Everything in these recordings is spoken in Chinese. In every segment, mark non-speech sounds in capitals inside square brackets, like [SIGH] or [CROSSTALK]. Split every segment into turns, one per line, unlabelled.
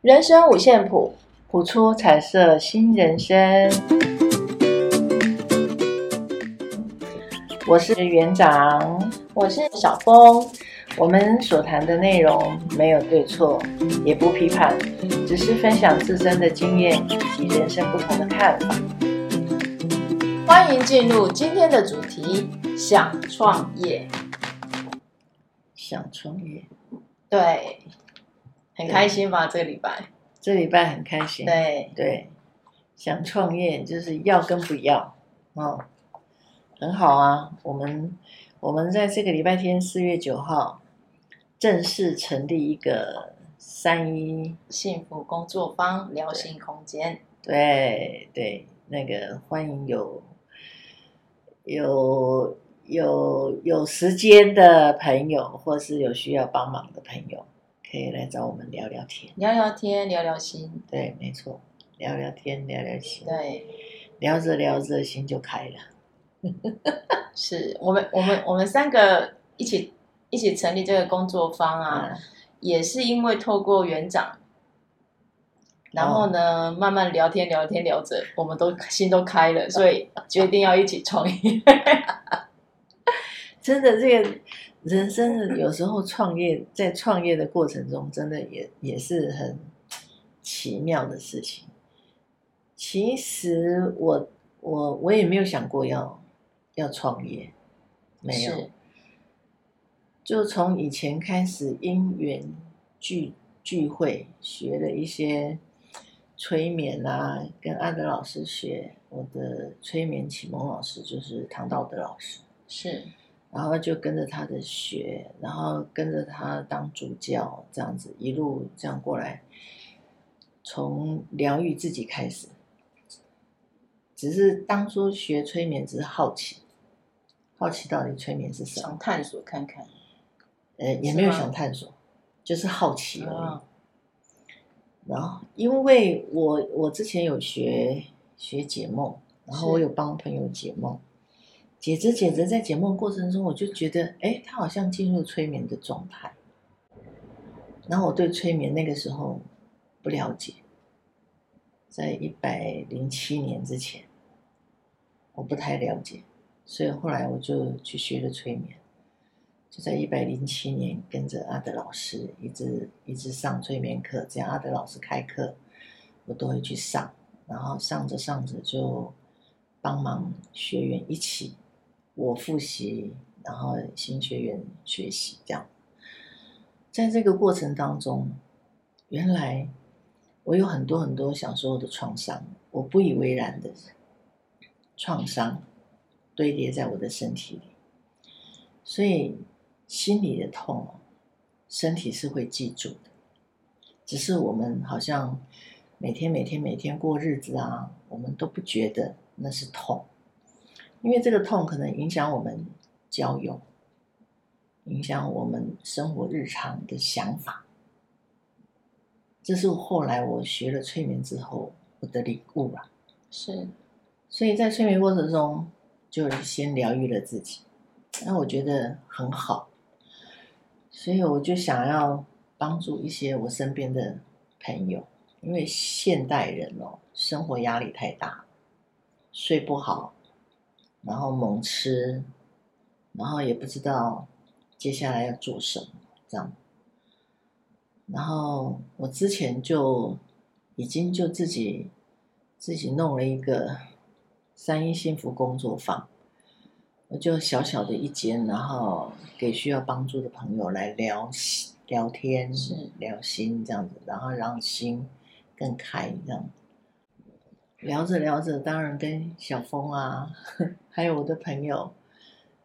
人生五线谱，谱出彩色新人生。我是园长，我是小峰。我们所谈的内容没有对错，也不批判，只是分享自身的经验以及人生不同的看法。
欢迎进入今天的主题：想创业。
想创业，
对，很开心吧？这个礼拜，
这礼拜很开心。
对，
对想创业就是要跟不要，哦，很好啊。我们我们在这个礼拜天四月九号正式成立一个三一
幸福工作坊聊心空间，
对对，那个欢迎有有有有时间的朋友，或是有需要帮忙的朋友，可以来找我们聊聊天。
聊聊天，聊聊心。
对，没错，聊聊天，聊聊心，
对，
聊着聊着心就开了。
是我们，我们，我们三个一起一起成立这个工作坊啊，
嗯
也是因为透过园长。然后呢，慢慢聊天聊天聊着，我们都心都开了，所以决定要一起创业。 [LAUGHS]
真的，这个人生的有时候创业，在创业的过程中，真的也也是很奇妙的事情。其实我我我也没有想过要要创业，没有，
是
就从以前开始因缘聚聚会，学了一些催眠啊，跟阿德老师学。我的催眠启蒙老师就是唐道德老师，
是，
然后就跟着他的学，然后跟着他当主教，这样子一路这样过来，从疗愈自己开始。只是当初学催眠只是好奇，好奇到底催眠是什么
想，探索看看。
呃，也没有
是吗
想探索，就是好奇而已。
啊，
然后因为我我之前有学学解梦，然后
是
我有帮朋友解梦，解着解着，在解梦过程中，我就觉得，哎，他好像进入催眠的状态。然后我对催眠那个时候不了解，在一百零七年之前，我不太了解，所以后来我就去学了催眠，就在一百零七年跟着阿德老师一直一直上催眠课，只要阿德老师开课，我都会去上，然后上着上着就帮忙学员一起，我复习，然后新学员学习这样。在这个过程当中，原来我有很多很多小时候的创伤，我不以为然的创伤堆叠在我的身体里，所以心里的痛哦，身体是会记住的。只是我们好像每天每天每天过日子啊，我们都不觉得那是痛，因为这个痛可能影响我们交友，影响我们生活日常的想法。这是后来我学了催眠之后我的领悟啦、
是
所以在催眠过程中，就先疗愈了自己，那我觉得很好，所以我就想要帮助一些我身边的朋友，因为现代人哦，生活压力太大，睡不好，然后猛吃，然后也不知道接下来要做什么，这样。然后我之前就已经就自己自己弄了一个三一幸福工作坊，我就小小的一间，然后给需要帮助的朋友来聊心聊天
是、
聊心这样子，然后让心更开这样。聊着聊着，当然跟小峰啊， [LAUGHS] 还有我的朋友，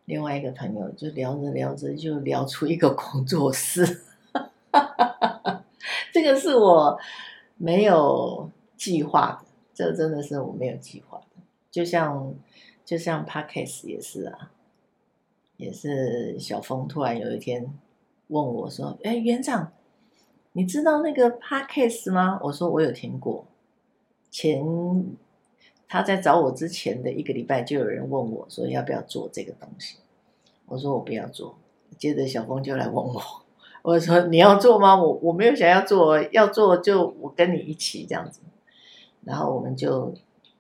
另外一个朋友，就聊着聊着就聊出一个工作室。这个是我没有计划的，这真的是我没有计划的。就像就像 Podcast 也是啊，也是小峰突然有一天问我说：“哎，园长，你知道那个 Podcast 吗？”我说：“我有听过。”前他在找我之前的一个礼拜，就有人问我说要不要做这个东西，我说我不要做。接着小峰就来问我，我说你要做吗？我我没有想要做，要做就我跟你一起这样子。然后我们就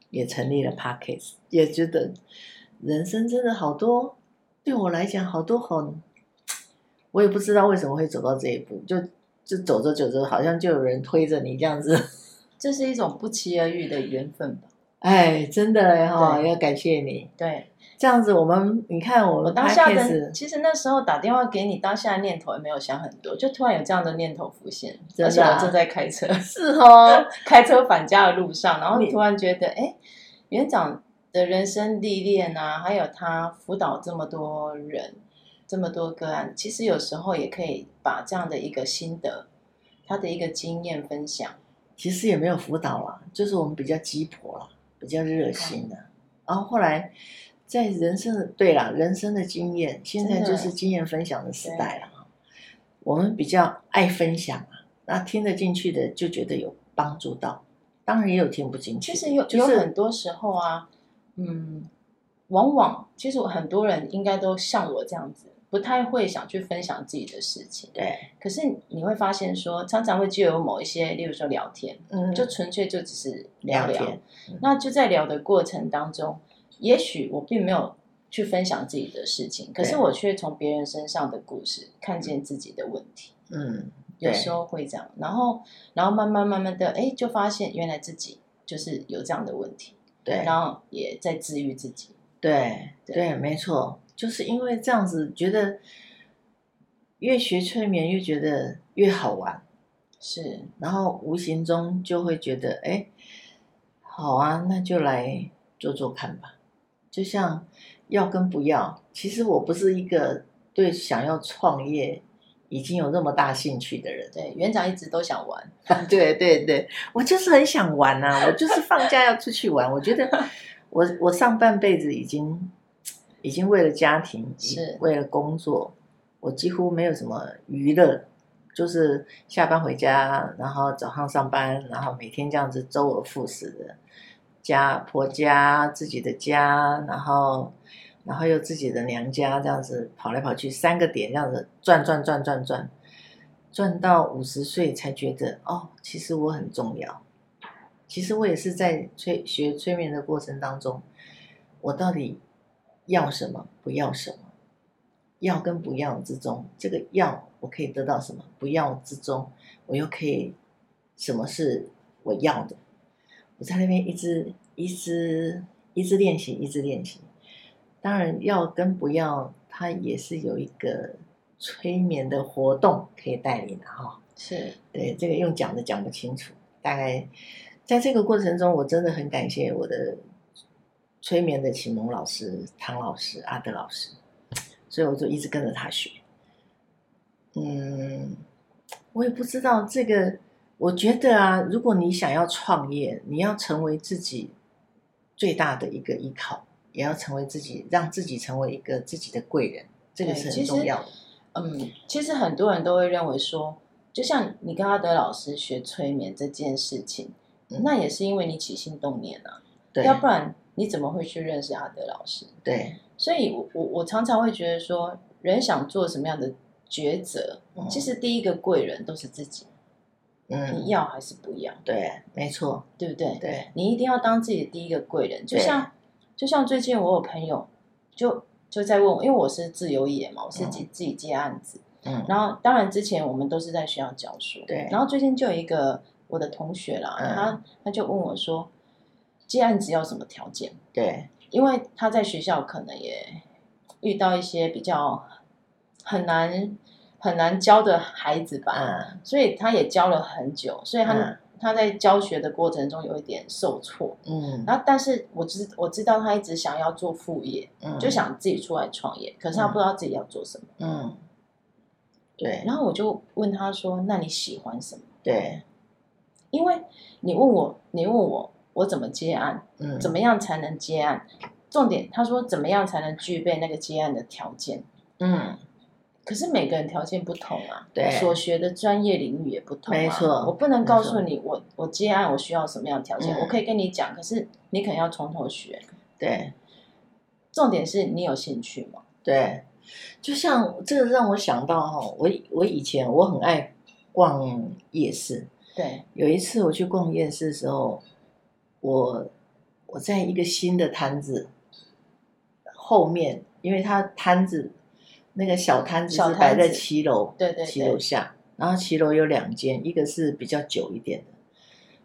也成立了 Parkes，也觉得人生真的好多，对我来讲好多很，我也不知道为什么会走到这一步，就就走着走着，好像就有人推着你这样子。 [LAUGHS]
这是一种不期而遇的缘分吧？
哎，真的哈，
对
要感谢你。
对
这样子，我们你看我
我
们
当下
Parkes
的，其实那时候打电话给你，当下的念头也没有想很多，就突然有这样的念头浮现，
真的啊
而且我正在开车，
是哦，嗯
开车返家的路上，然后
你
突然觉得，哎，园长的人生历练啊，还有他辅导这么多人，这么多个案，其实有时候也可以把这样的一个心得，他的一个经验分享，
其实也没有辅导啦，就是我们比较鸡婆啦，比较热心的。然后后来在人生的对啦，人生的经验，现在
真的
就是经验分享的时代了哈。我们比较爱分享啊，那听得进去的就觉得有帮助到，当然也有听不进去
其
的。
实有、
就
有
是
很多时候啊，嗯，往往其实很多人应该都像我这样子，不太会想去分享自己的事情。
对，
可是你会发现说，常常会借由某一些，例如说聊天，
嗯，
就纯粹就只是聊
聊
聊。
天，嗯
那就在聊的过程当中，也许我并没有去分享自己的事情，可是
对
我却从别人身上的故事看见自己的问题。
嗯，
有
对
时候会这样，然后然后慢慢慢慢的，哎，就发现原来自己就是有这样的问题，
对，
然后也在治愈自己。
对
对
对，没错，就是因为这样子，觉得越学催眠越觉得越好玩。
是，
然后无形中就会觉得，哎，好啊，那就来做做看吧。就像要跟不要，其实我不是一个对想要创业已经有那么大兴趣的人。 [LAUGHS]
对，园长一直都想玩，
对对对，我就是很想玩啊，我就是放假要出去玩。我觉得我我上半辈子已经已经为了家庭，
是
为了工作，我几乎没有什么娱乐，就是下班回家，然后早上上班，然后每天这样子周而复始的家婆家自己的家，然后。然后又自己的娘家这样子跑来跑去，三个点这样子转转转转转，转到五十岁才觉得哦，其实我很重要。其实我也是在催学催眠的过程当中，我到底要什么，不要什么，要跟不要之中，这个要我可以得到什么，不要之中我又可以什么是我要的。我在那边一直一直一直练习，一直练习。当然，要跟不要，它也是有一个催眠的活动可以带领的啊哈。
是
对，这个用讲的讲不清楚。大概在这个过程中，我真的很感谢我的催眠的启蒙老师唐老师、阿德老师，所以我就一直跟着他学。嗯，我也不知道这个。我觉得啊，如果你想要创业，你要成为自己最大的一个依靠，也要成为自己，让自己成为一个自己的贵人，这个
对
是
其
很
实
重要的。
嗯，其实很多人都会认为说，就像你跟阿德老师学催眠这件事情，
嗯
那也是因为你起心动念啊，
对
要不然你怎么会去认识阿德老师？
对，
所以我，我我常常会觉得说，人想做什么样的抉择，
嗯
其实第一个贵人都是自己，你
嗯，
要还是不要，
对，没错，
对不对？
对，
你一定要当自己的第一个贵人，就
对
像就像最近我有朋友就就在问我，因为我是自由业嘛，我是自己、自己接案子，
嗯，
然后当然之前我们都是在学校教书，
对
然后最近就有一个我的同学啦，
嗯
他他就问我说，接案子要什么条件？
对，
因为他在学校可能也遇到一些比较很难很难教的孩子吧，
嗯，
所以他也教了很久，所以他、
嗯
他在教学的过程中有一点受挫。
嗯，
然后，但是我知我知道他一直想要做副业，
嗯
就，想自己出来创业，可是他
嗯
不知道自己要做什么。
嗯，对，
然后我就问他说：“那你喜欢什么
对，？”
因为你问我，你问我我怎么接案，
嗯，
怎么
么，
样才能接案？重点他说怎么样才能具备那个接案的条件？
嗯，
可是每个人条件不同啊，
对
所学的专业领域也不同、啊，
没错
我不能告诉你我我接案我需要什么样的条件，
嗯
我可以跟你讲，可是你可能要从头学。
对，
重点是你有兴趣吗？
对，就像这个让我想到哈，我我以前我很爱逛夜市，
对，
有一次我去逛夜市的时候，我我在一个新的摊子后面，因为它摊子那个小摊子
小
是
摊
摆在
子
七楼，
对对
七
对
楼下，然后七楼有两间，一个是比较久一点的，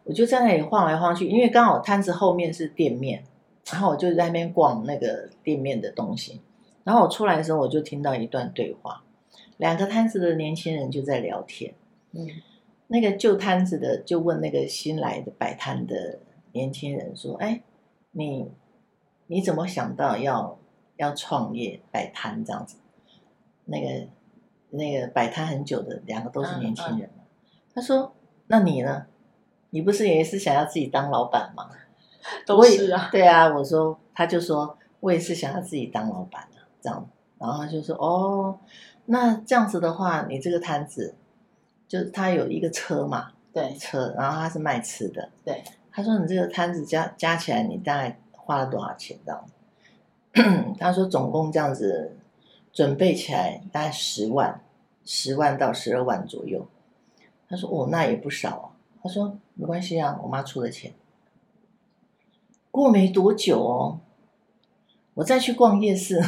我就在那里晃来晃去，因为刚好摊子后面是店面，然后我就在那边逛那个店面的东西，然后我出来的时候我就听到一段对话，两个摊子的年轻人就在聊天。
嗯，
那个旧摊子的就问那个新来的摆摊的年轻人说：“哎，你你怎么想到要要创业摆摊这样子？”那个那个摆摊很久的两个都
嗯
是年轻人嘛，他说：“那你呢？你不是也是想要自己当老板吗？”
都是啊，
对啊，我说，他就说，我也是想要自己当老板啊，这样。然后他就说，哦，那这样子的话，你这个摊子，就是他有一个车嘛，
对
车，然后他是卖吃的。
对，
他说你这个摊子加加起来，你大概花了多少钱？这样。 [CLEARS THROAT] 他说总共这样子准备起来大概十万，十万到十二万左右。他说哦，那也不少啊。他说没关系啊，我妈出的钱。过没多久哦，我再去逛夜市，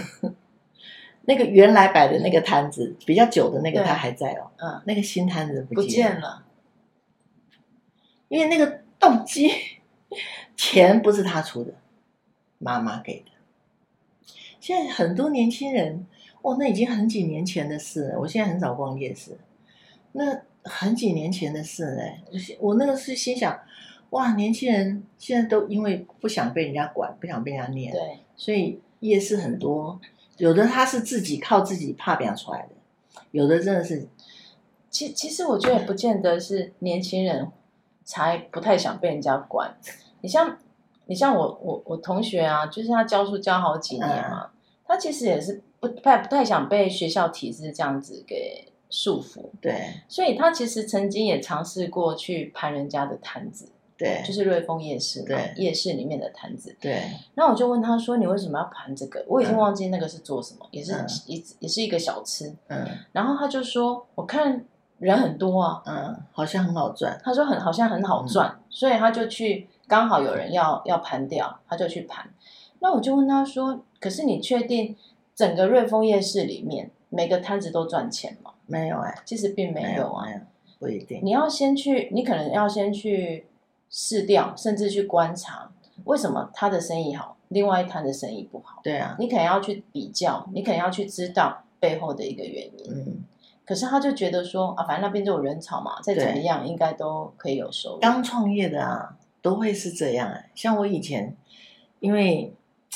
[LAUGHS] 那个原来摆的那个摊子比较久的那个，
对
他还在哦。
嗯，
那个新摊子不
不
见了
见了，
因为那个动机钱不是他出的，妈妈给的。现在很多年轻人，哦，那已经很几年前的事了。我现在很少逛夜市，那很几年前的事嘞。我心我那个是心想，哇，年轻人现在都因为不想被人家管，不想被人家念，
对
所以夜市很多，有的他是自己靠自己怕表出来的，有的真的是
其其实我觉得不见得是年轻人才不太想被人家管。你像你像我我我同学啊，就是他教书教好几年嘛，
嗯
他其实也是不太不太想被学校体制这样子给束缚，
对
所以他其实曾经也尝试过去盘人家的摊子，
对
就是瑞丰夜市嘛
对，
夜市里面的摊子。
对
那我就问他说：“你为什么要盘这个？”我已经
嗯
忘记那个是做什么，也是
嗯
一、也是一个小吃。
嗯
然后他就说：“我看人很多啊，
嗯，好像很好赚。
他说很好像很好赚，所以他就去刚好有人要要盘掉，他就去盘。那我就问他说：“可是你确定整个瑞丰夜市里面每个摊子都赚钱吗
没有哎、？”
其实并没有啊。
没有，不一定。
你要先去，你可能要先去试调，甚至去观察为什么他的生意好，另外一摊的生意不好。
对啊，
你可能要去比较，你可能要去知道背后的一个原因。
嗯，
可是他就觉得说啊，反正那边就有人潮嘛，再怎么样应该都可以有收入。
刚创业的啊，都会是这样哎、像我以前，因为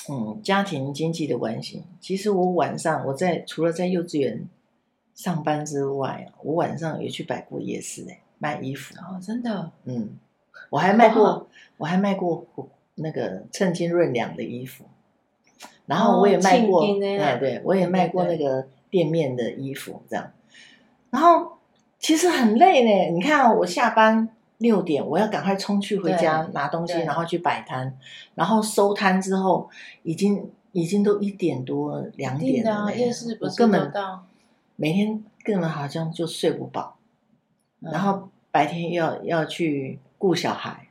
嗯家庭经济的关系，其实我晚上我在除了在幼稚园上班之外啊，我晚上也去摆过夜市哎、卖衣服。
哦，真的，
嗯，我还卖
哇
过，我还卖过那个称斤论两的衣服，然后我也卖过，
哦称斤的
哎，对我也卖过
对
那
对
个店面的衣服这样。然后其实很累呢，你看啊、我下班六点，我要赶快冲去回家
对
拿东西，
对
然后去摆摊，然后收摊之后已经。已经都一点多两
一定
点
的
了
啊，
呢，
夜市不
我
是
根
都
本
到
每天根本好像就睡不饱，
嗯
然后白天又要要去顾小孩，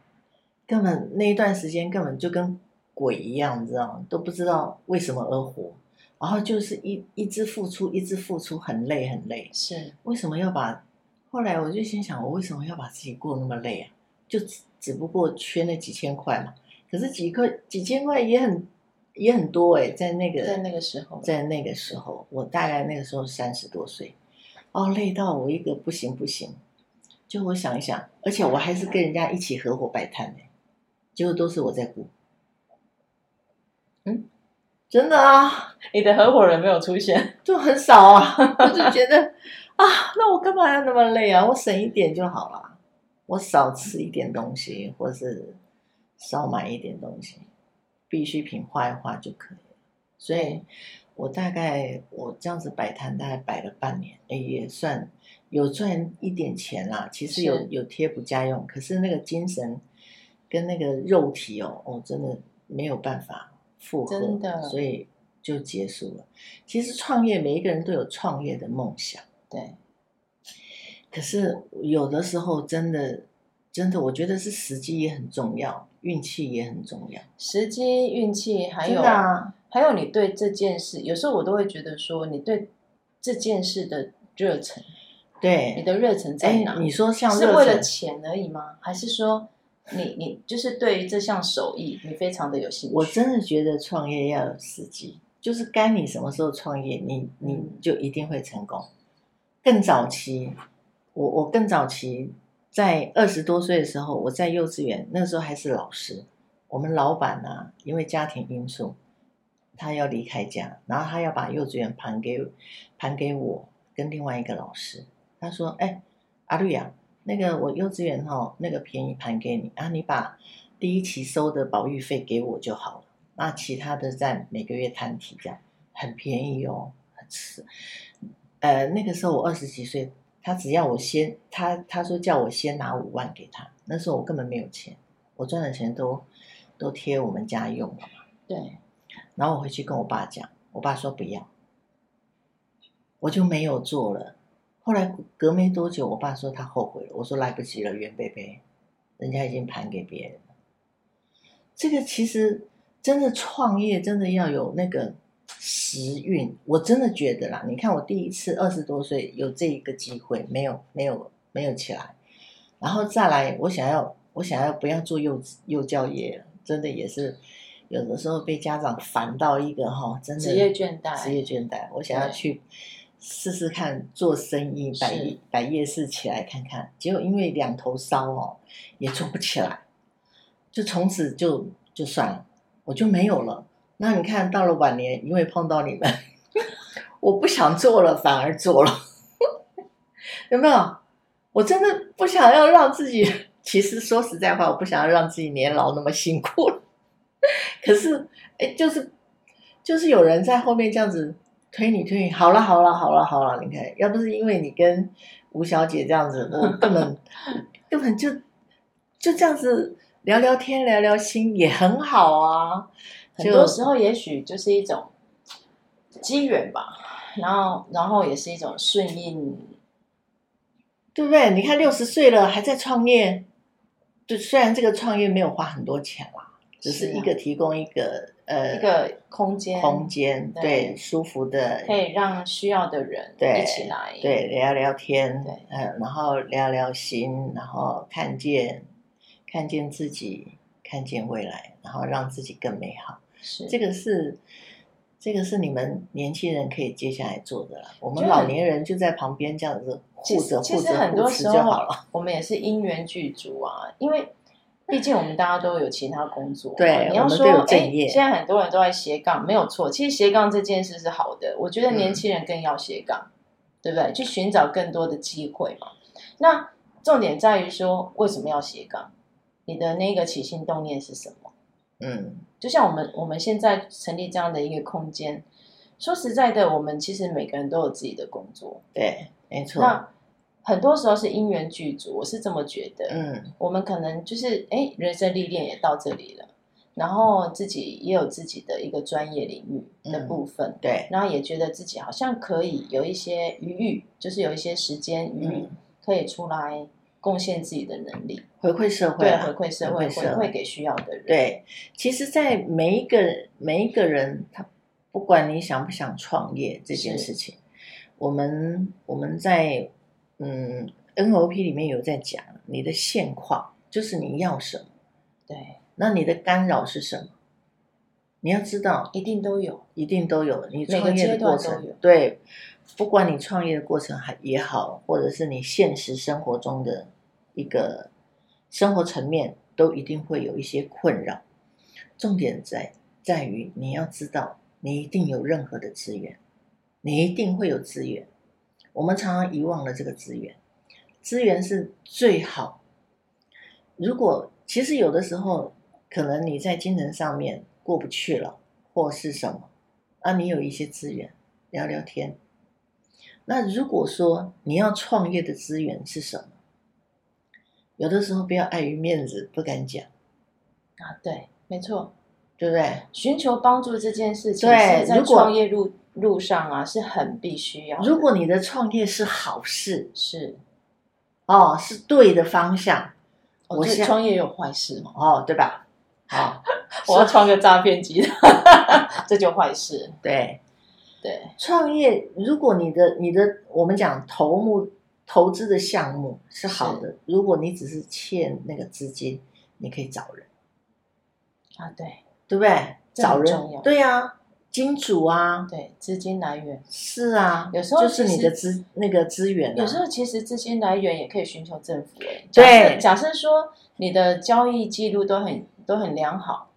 根本那一段时间根本就跟鬼一样，你知道吗？都不知道为什么而活，然后就是一一直付出，一直付出，很累很累。
是
为什么要把？后来我就心想，我为什么要把自己过那么累啊？就只只不过缺那几千块嘛，可是几块几千块也很也很多哎、在那个
在那个时候，
在那个时候，我大概那个时候三十多岁，哦，累到我一个不行不行。就我想一想，而且我还是跟人家一起合伙摆摊呢、结果都是我在顾。
嗯，
真的啊，
你的合伙人没有出
[LAUGHS]
现，
就很少啊。我就觉得啊，那我干嘛要那么累啊？我省一点就好了，我少吃一点东西，或是少买一点东西，必需品画一画就可以了。所以，我大概我这样子摆摊，大概摆了半年，哎，也算有赚一点钱啦。其实有
是
有贴补家用，可是那个精神跟那个肉体哦，哦，真的没有办法负荷，
真的
所以就结束了。其实创业，每一个人都有创业的梦想，
对，
可是有的时候真的，真的，我觉得是时机也很重要，运气也很重要。
时机、运气，还
真
有
的啊，
还有你对这件事，有时候我都会觉得说，你对这件事的热忱，你
对，
的热忱在
哎
哪，？
你说像
是
热
为了
忱
钱而已吗？还是说你你就是对于这项手艺，你非常的有兴趣？
我真的觉得创业要有时机，就是该你什么时候创业，你你
嗯
就一定会成功。更早期，我我更早期在二十多岁的时候，我在幼稚园那时候还是老师，我们老板啊，因为家庭因素，他要离开家，然后他要把幼稚园盘给盘给我跟另外一个老师，他说：“哎、阿绿啊，那个我幼稚园哈，那个便宜盘给你啊，你把第一期收的保育费给我就好了，那其他的再每个月摊提，这样很便宜哦，很吃。呃，那个时候我二十几岁，他只要我先，他他说叫我先拿五万给他，那时候我根本没有钱，我赚的钱都都贴我们家用了。
对，
然后我回去跟我爸讲，我爸说不要，我就没有做了。后来隔没多久，我爸说他后悔了，我说来不及了，袁贝贝，人家已经盘给别人了。这个其实真的创业真的要有那个时运，我真的觉得啦，你看我第一次二十多岁有这一个机会，没有没有没有起来，然后再来，我想要我想要不要做幼稚幼教业了，真的也是有的时候被家长烦到一个哈，真的
职业倦怠，
职业倦怠，我想要
对
去试试看做生意，摆
是
夜摆夜市起来看看。结果因为两头烧哦，也做不起来，就从此就就算了，我就没有了。那你看到了晚年，因为碰到你们， [LAUGHS] 我不想做了，反而做了，有没有？我真的不想要让自己， [LAUGHS] 其实说实在话，我不想要让自己年老那么辛苦了。 [LAUGHS] 可是，哎，就是就是有人在后面这样子推你推你，好了好了好了好了，你看，要不是因为你跟吴小姐这
[LAUGHS]
样子，我根本根本就就这样子聊聊天聊聊心也很好啊。
很多时候也许就是一种机缘吧，然后然后也是一种顺应，
对不对？你看六十岁了还在创业，就虽然这个创业没有花很多钱啦，只是
是啊
一个提供一个、呃
一个空间
空间，
对
对舒服的，
可以让需要的人
对
一起来，
对聊聊天，
对
嗯，然后聊聊心，然后看见看见自己，看见未来，然后让自己更美好。
是
这个是。这个是你们年轻人可以接下来做的啦，我
觉
们
得
老
很
年人就在旁边这样子
其
护
实
着
其
护
实
着
很
护
多
持
时
就
候
好了。
我们也是因缘具足啊，因为毕竟我们大家都有其他工作嘛。
对
你要
我们
说
都有
哎、
正业
现在很多人都在斜杠，没有错。其实斜杠这件事是好的，我觉得
嗯
年轻人更要斜杠，对不对？去寻找更多的机会嘛。那重点在于说，为什么要斜杠？你的那个起心动念是什么？
嗯，
就像我们我们现在成立这样的一个空间，说实在的，我们其实每个人都有自己的工作，
对，没错。
那很多时候是因缘具足，我是这么觉得。
嗯，
我们可能就是哎，诶人生历练也到这里了，然后自己也有自己的一个专业领域的部分，
对，
然后也觉得自己好像可以有一些余裕，就是有一些时间余裕、
嗯，
可以出来贡献自己的能力，
回馈社会
对，
啊、
回馈社会，
回馈
回
社会
馈给需要的人。
对，其实，在每一个每一个人，他不管你想不想创业这件
是
事情，我们我们在嗯 NOP 里面有在讲你的现况，就是你要什么，
对，
那你的干扰是什么，你要知道，
一定都有。
一定都有。你
每个
创业
阶
的
段
过
都
程
有，
对，不管你创业的过程还也好，或者是你现实生活中的一个生活层面，都一定会有一些困扰。重点在在于你要知道，你一定有任何的资源，你一定会有资源。我们常常遗忘了这个资源，资源是最好。如果其实有的时候，可能你在精神上面过不去了，或是什么，啊，你有一些资源，聊聊天。那如果说你要创业的资源是什么？有的时候不要碍于面子不敢讲，
啊，对，没错，
对不对？
寻求帮助这件事情
对
是在
如果
创业路路上啊，是很必须要的。
如果你的创业是好事
是，
哦，是对的方向
哦
我
对
想
创业有坏事哦，
哦，对吧？哦，
[LAUGHS] 我要创个诈骗集团， [LAUGHS] 这就坏事。
对，
对，
创业如果你的你的我们讲头目投资的项目是好的，如果你只是欠那个资金，你可以找人，
啊，对
对不对？
这很
找
重要
人，对呀、啊，金主啊，
对，资金来源，
是啊，
有时候
就是
其
你
实
的资那个资源、啊，
有时候其实资金来源也可以寻求政府欸。
对
假设假设说你的交易记录都很都很良好，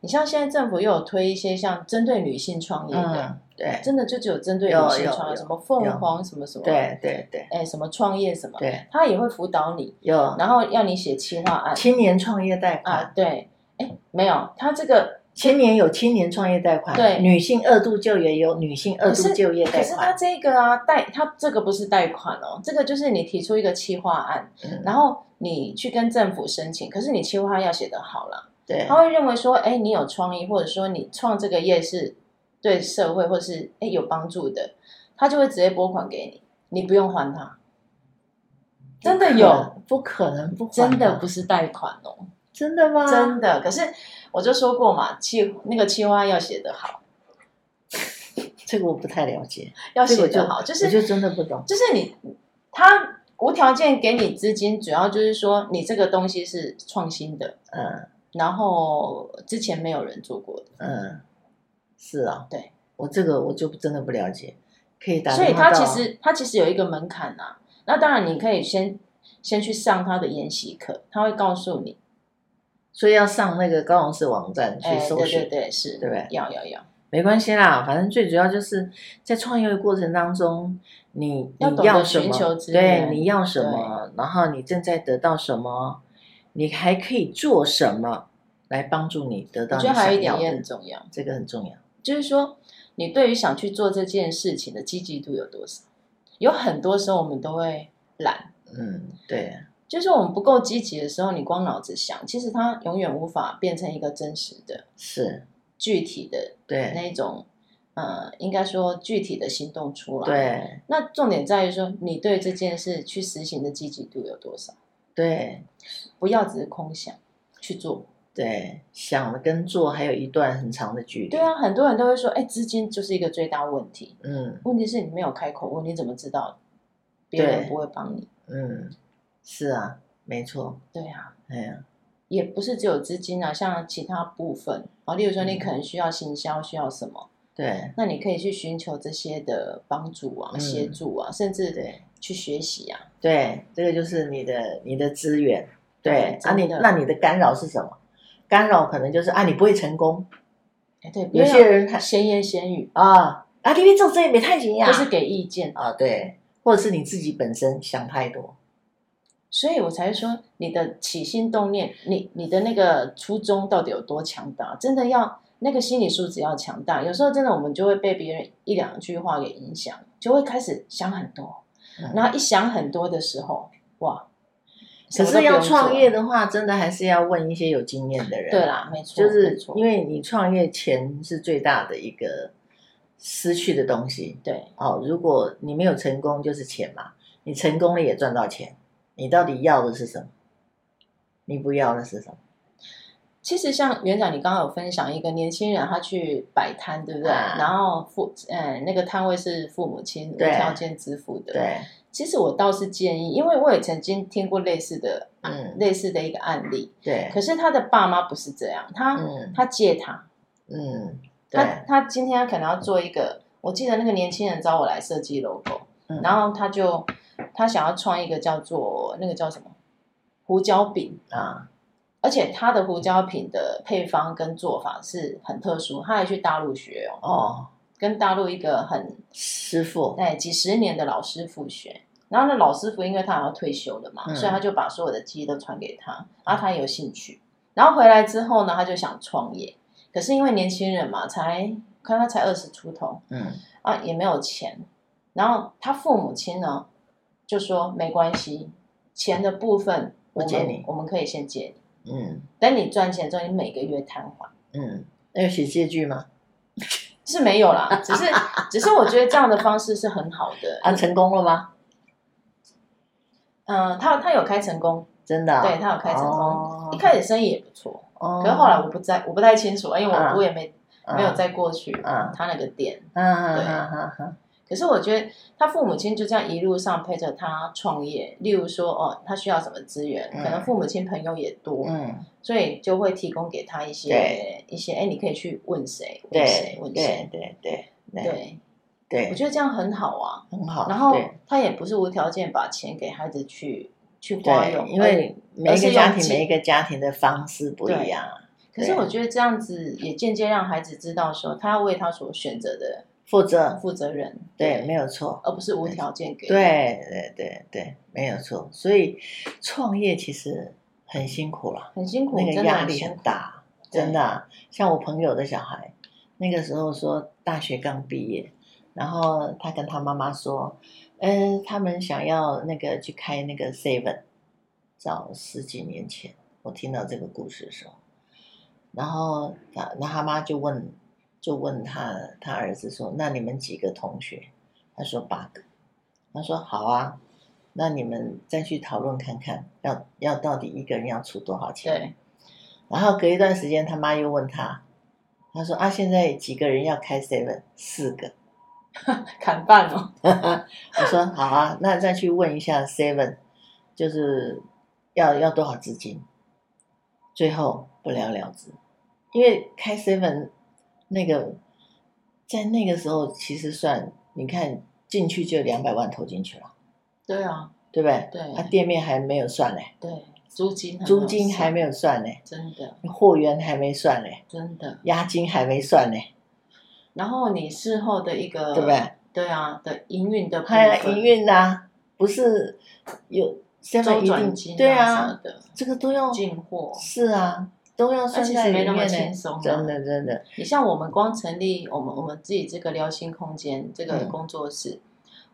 你像现在政府又有推一些像针对女性创业的，
嗯，对
真的就只有针对
有
女性
有
创业，
有
什么凤凰什么什么，，
对对对
哎，什么创业什么，
对，
他也会辅导你，
有
然后要你写企划案
青年创业贷款。
啊，对，哎，没有，他这个
青年有青年创业贷款，
对
女性二度就业有女性二
可
度
是
就业
可
贷
是他
款，
这个啊，贷他这个不是贷款哦，这个就是你提出一个企划案，
嗯
然后你去跟政府申请，可是你企划案要写得好啦，
对
他会认为说，哎，你有创意，或者说你创这个业是对社会或是哎有帮助的，他就会直接拨款给你，你不用还他，真的有，
不可能不还
真的
吧
不是贷款哦，
真的吗？
真的。可是我就说过嘛，企那个企划案要写得好，
这个我不太了解，
要
这
写
个我
得
就
好，就
我就是真的不懂。
就是你他无条件给你资金，主要就是说你这个东西是创新的，
嗯
然后之前没有人做过的，
嗯，是啊，
对，
我这个我就真的不了解，可以打
所以
电
他
话到啊
其实他其实有一个门槛呐、那当然你可以先先去上他的研习课，他会告诉你，
所以要上那个高雄市网站去
哎，
搜
对
寻，
对对，是，
对不对
要要要，
没关系啦，反正最主要就是在创业的过程当中，你
要
你
懂得
要什
寻
么
求，资源
对，你要什么，然后你正在得到什么，你还可以做什么来帮助你得
我
到你
觉得还有一
想
点
要
也
的
很，重要，
这个很重要。
就是说你对于想去做这件事情的积极度有多少？有很多时候我们都会懒。
嗯，对，
就是我们不够积极的时候，你光脑子想，其实它永远无法变成一个真实的、
是，
具体的那
对，
一种，呃，应该说具体的行动出来。，
对，
那重点在于说，你对这件事去实行的积极度有多少？
对，
不要只是空想去做。
对，想的跟做还有一段很长的距离。
对，啊，很多人都会说，哎，资金就是一个最大问题。
嗯
问题是你没有开口问，你怎么知道别人不会帮你？
嗯，是啊，没错，
对啊，
哎呀，
也不是只有资金啊，像其他部分啊，例如说你可能需要行销，需要什么。
对
那你可以去寻求这些的帮助啊、
嗯
协助啊，甚至
对
去学习啊。
对，这个就是你的你的资源，对
对
啊
真
你
的
那你的干扰是什么？干扰可能就是啊你不会成功
哎，对，
有
不要
些人他
闲言闲语，
啊啊你别做这也没太行呀
或，是给意见，
啊对，或者是你自己本身想太多，
所以我才说你的起心动念，你你的那个初衷到底有多强大？真的要那个心理素质要强大。有时候真的我们就会被别人一两句话给影响，就会开始想很多，
嗯
然后一想很多的时候，哇！什
可
么都
是
不用
要
做
创业的话，真的还是要问一些有经验的人，
对啦，没错，
就是
没错
因为你创业前是最大的一个失去的东西
对
哦。如果你没有成功，就是钱嘛。你成功了也赚到钱，你到底要的是什么？你不要的是什么？
其实像园长，你刚刚有分享一个年轻人，他去摆摊，对不对？
啊
然后父，呃，那个摊位是父母亲无
对
条件支付的。，
对，
其实我倒是建议，因为我也曾经听过类似的、
嗯，
类似的一个案例，
对，
可是他的爸妈不是这样，他、
嗯
他借他，
嗯，
他
对，
他今天可能要做一个，我记得那个年轻人找我来设计 logo，、
嗯
然后他就他想要创一个叫做那个叫什么胡椒饼，
啊，
而且它的胡椒品的配方跟做法是很特殊，他还去大陆学哦，
哦，
跟大陆一个很
师傅，
哎几十年的老师傅学。然后那老师傅因为他要退休了嘛，
嗯
所以他就把所有的记忆都传给他，然后他也有兴趣。然后回来之后呢，他就想创业，可是因为年轻人嘛，才看他才二十出头
嗯
啊，也没有钱。然后他父母亲呢就说没关系，钱的部分
我
们
借你
我们可以先借你，
嗯
等你赚钱之后，你每个月摊还。
嗯，那有写借据吗？
是没有啦，只是只是我觉得这样的方式是很好的。
啊，成功了吗？
嗯、他他有开成功，
真的啊、
对他有开成功
哦
一开始生意也不错，
哦
可是后来我不在，我不太清楚，因为我、
嗯
我也没没有再过去
嗯
他那个店。
嗯嗯嗯嗯嗯
可是我觉得他父母亲就这样一路上陪着他创业，例如说哦，他需要什么资源，
嗯
可能父母亲朋友也多，
嗯，
所以就会提供给他一些
对
一些，哎，你可以去问谁，问谁
对，
问
对
谁，
对对对
对，我
对，
觉得这样很好啊。
很好。
然后
对
他也不是无条件把钱给孩子去去花
对
用，，
因为每一
是
个家
用
庭
计
每一个家庭的方式不一样啊，
可是我觉得这样子也间接让孩子知道说，他要为他所选择的
负责
负责任，
对，没有错。
而不是无条件给。
对，对对对，没有错。所以创业其实很辛苦啦，
很辛苦，
那
真
个
的
压力
辛
很
苦。
大，
对
真的啊、像我朋友的小孩，那个时候说大学刚毕业，然后他跟他妈妈说，嗯、他们想要那个去开那个 seven，早十几年前我听到这个故事的时候，然后他那他妈就问就问他他儿子说，那你们几个同学？他说八个，他说好啊。那你们再去讨论看看，要要到底一个人要出多少钱？
对，
然后隔一段时间，他妈又问他，他说啊，现在几个人要开 seven？四个。
砍半哦。
我说好啊，那再去问一下 seven，就是要要多少资金？最后不了了之，因为开 seven 那个在那个时候其实算，你看进去就两百万投进去了，
对啊，
对不对？
对嗯
他、店面还没有算嘞，
对，租金很
租金还
好
没有算嘞，
算真的
货源还没算嘞，
真的。
押金还没算嘞，
然后你事后的一个
对不对？
对啊的营运的部
他要
分
营运呐、不是有现在
周
一
转
定
金
对
啊什么
啊，
的
这个都要
进货，
是啊，都要算
其
在
实
里
没那
面
么
呢
轻松啊
真的真的，
你像我们光成立我们我们自己这个聊心空间这个
嗯
工作室，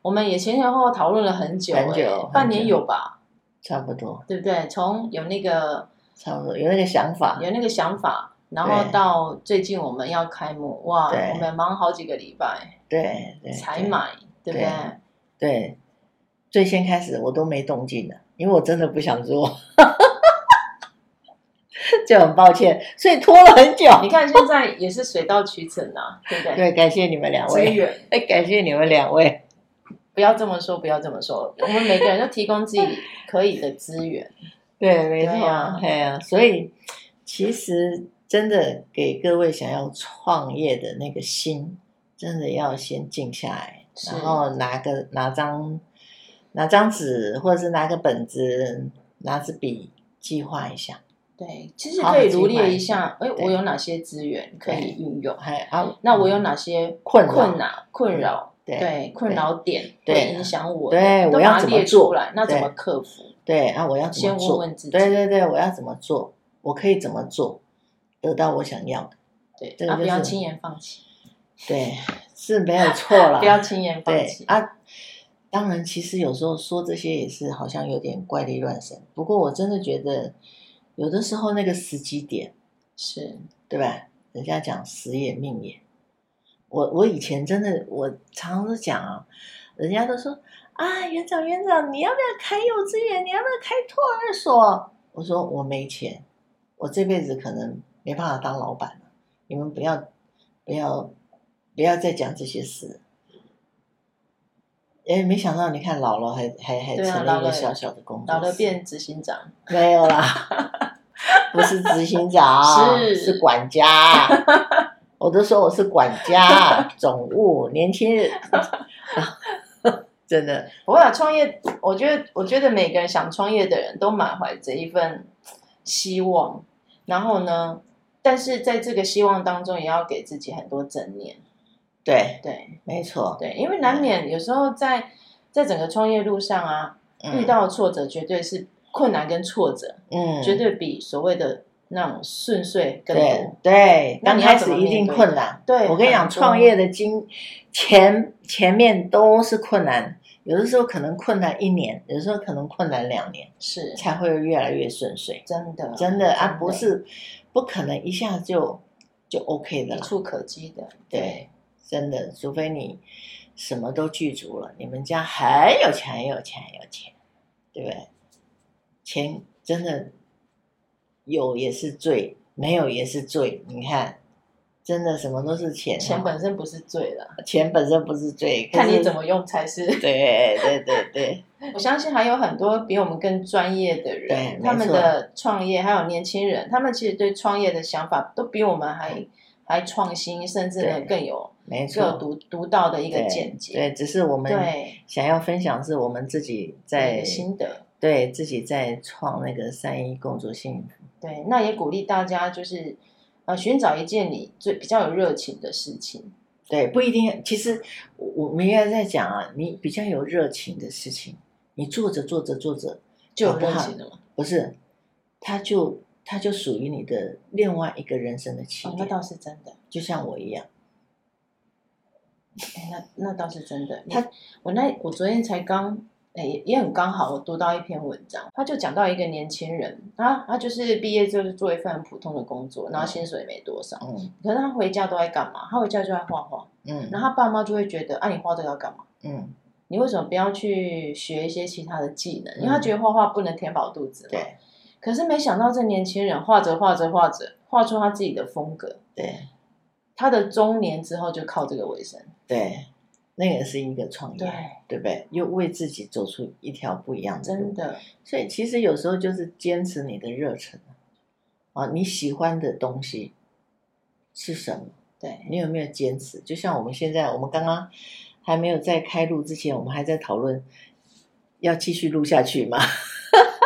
我们也前前后后讨论了很久、欸，
很久
半
很
年
久
有吧，
差不多
对不对？从有那个
差不多有那个想法，
有那个想法，然后
对
到最近我们要开幕，哇，
对
我们忙好几个礼拜
对对，
才
对
买，对不对？
对，最先开始我都没动静的，因为我真的不想做， [LAUGHS] 就很抱歉，所以拖了很久。
你看现在也是水到渠成啊，对不对？
对，感谢你们两
资
位，哎
源
感谢你们两位，
不要这么说，不要这么说，我们每个人都提供自己可以的资源，
对，没
对
错
啊
啊，哎呀、所以其实真的给各位想要创业的那个心，真的要先静下来，
是
然后拿个拿张拿张纸，或者是拿个本子，拿支笔，计划一下，
对，其实
好
可以
好计
罗列
划
一
一
下，哎，
对
我有哪些资源可以运用？
还啊，
那我有哪些
困扰嗯
困难、困扰？
对
对，困扰点
对
会影响我，
对
都
我要
把它
怎么
列
做
出来，那怎么克服？
对啊，我要怎
先
么
问
做？
问自己，
对对对，我要怎么做？我可以怎么做，得到我想要的？
对，
这个
啊，
就
不要
是
轻言放弃，
对，是没有错
[LAUGHS]
啦。
不要轻言放
对
弃，
啊，当然，其实有时候说这些也是好像有点怪力乱神。不过我真的觉得，有的时候那个时机点，
是
对吧？人家讲时也命也。我我以前真的，我常常都讲啊，人家都说啊，园长园长，你要不要开幼稚园？你要不要开托儿所？我说我没钱，我这辈子可能没办法当老板了。你们不要不要不要再讲这些事。哎，没想到你看老了还还还
对啊
成
老
了一个
了
小小的工作
老了
室
变执行长，
没有啦，不是执行长，
是
是管家。我都说我是管
[LAUGHS]
家、总务、年轻人， [LAUGHS] 真的
不过啊创业，我觉得，我觉得每个人想创业的人都满怀着一份希望，然后呢，但是在这个希望当中，也要给自己很多正念，
对，
对
没错。
对，因为难免有时候在在整个创业路上啊，遇
嗯
到的挫折绝对是困难跟挫折，
嗯，
绝对比所谓的那种顺遂更
对
多。
对，
那
刚
你
开
要怎么
始一定
面对
困难。
对，
我跟
很
你讲，
多
创业的经前前面都是困难，有的时候可能困难一年，有的时候可能困难两年，
是
才会越来越顺遂。
真的，
真的啊，不是不可能一下就就 OK 的
一
啦。
触可及的。
对，真的，除非你什么都具足了，你们家很有钱，很有钱，很有钱，对不对？钱真的有也是罪，没有也是罪。你看，真的什么都是钱、啊
对，钱本身不是罪了，
钱本身不是罪，可
看你
是
怎么用才是。 [LAUGHS]
对对对对，
我相信还有很多比我们更专业的
对
人，
没
他们的创业还有年轻人，他们其实对创业的想法都比我们还还创新，甚至呢
对
更有
没
更有
错，
独独到的一个见解。
对，只是我们
对，
想要分享是我们自己
一
在
个心得。
对自己在创那个三一共作幸福，
对，那也鼓励大家就是呃寻找一件你最比较有热情的事情。
对，不一定。其实我我们应该在讲啊，你比较有热情的事情，你做着做着做着，
就有
搞不
热
好
情了嘛？
不是，它就它就属于你的另外一个人生的起
哦，那
点，
倒是真的，
就像我一样，
哎，那那倒是真的。
他
他，我那我昨天才刚，哎，也也很刚好，我读到一篇文章，他就讲到一个年轻人，他他就是毕业就是做一份很普通的工作，然后薪水也没多少，
嗯
可是他回家都在干嘛？他回家就在画画，
嗯
然后他爸妈就会觉得，啊，你画这个要干嘛？
嗯，
你为什么不要去学一些其他的技能？因为他
嗯
觉得画画不能填饱肚子嘛。
对
可是没想到这年轻人画着画着画着，画出他自己的风格。
对
他的中年之后就靠这个为生。
对，那也是一个创业，对不对？又为自己走出一条不一样的路
真，的，
所以其实有时候就是坚持你的热忱啊，你喜欢的东西是什么？
对
你有没有坚持？就像我们现在，我们刚刚还没有在开录之前，我们还在讨论要继续录下去吗？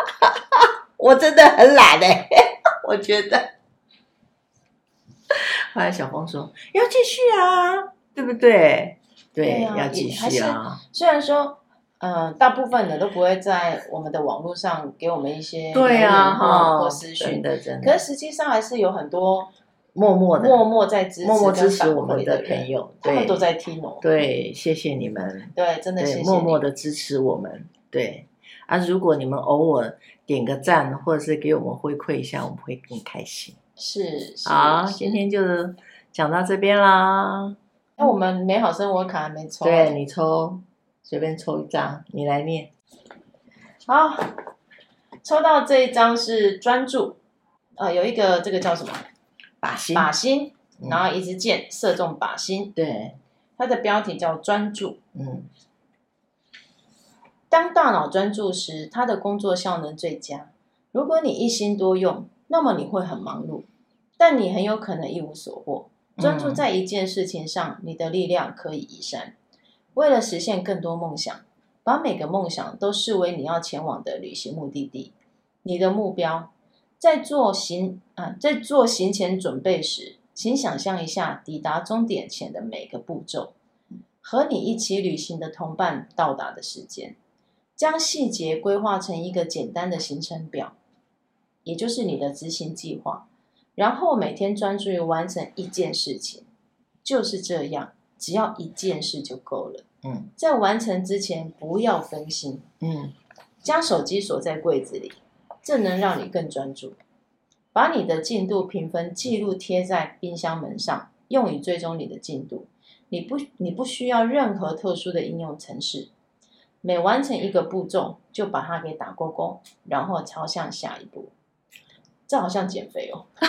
[LAUGHS] 我真的很懒哎、我觉得。后来小峰说要继续啊，对不对？对，
对啊
要继
也还
续
是
啊。
虽然说，呃，大部分的都不会在我们的网络上给我们一些
对
留
啊，
言或
哈，
或私
真
讯，
的真
可
的，
是实际上还是有很多
默默的
默默在支持、
默默支持我
们
们的
人
朋，友，
他们
对
都在听哦。
对，谢谢你们。
对，真的谢谢
对，
你
默默的支持我们。对啊，如果你们偶尔点个赞，或者是给我们回馈一下，我们会更开心。
是是
好，
是
今天就讲到这边啦。
那我们美好啊生活卡还没抽，
对，你抽，随便抽一张，你来念。
好，抽到这一张是专注，呃，有一个这个叫什么
把心，
靶心，
嗯
然后一支箭射中靶心，
对，
它的标题叫专注。
嗯
当大脑专注时，它的工作效能最佳。如果你一心多用，那么你会很忙碌，但你很有可能一无所获。专注在一件事情上，你的力量可以移山。为了实现更多梦想，把每个梦想都视为你要前往的旅行目的地，你的目标。在做行啊，在做行前准备时，请想象一下抵达终点前的每个步骤，和你一起旅行的同伴到达的时间，将细节规划成一个简单的行程表，也就是你的执行计划，然后每天专注于完成一件事情，就是这样，只要一件事就够了。
嗯
在完成之前，不要分心，
嗯
将手机锁在柜子里，这能让你更专注。把你的进度评分记录贴在冰箱门上，用于追踪你的进度。你不，你不需要任何特殊的应用程式。每完成一个步骤，就把它给打勾勾，然后朝向下一步。这好像减肥哦， [LAUGHS]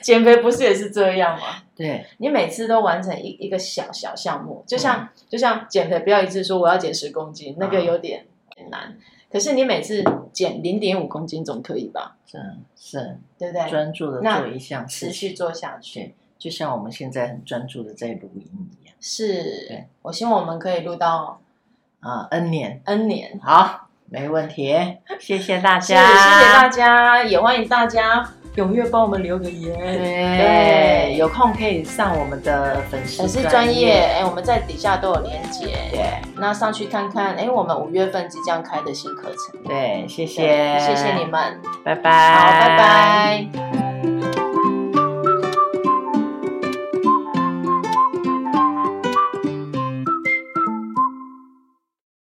减肥不是也是这样吗？
对，
你每次都完成一一个小小项目，就像、就像减肥，不要一次说我要减十公斤，那个
嗯啊
有点难。可是你每次减零点五公斤总可以吧？
这是
对不对？
专注的
那
做一项事
持续
情，
做下去
对，就像我们现在很专注的在录音一样
是
对。
我希望我们可以录到
啊，N 年
N 年。
好，没问题，谢谢大
是，谢谢大
家，
家，也欢迎大家踊跃帮我们留个言。
对，有空可以上我们的粉丝
粉丝专业，哎，我们在底下都有连接，
对
那上去看看，哎，我们五月份即将开的新课程，
对，谢谢，
对谢谢你，们，
拜拜，
好，拜拜。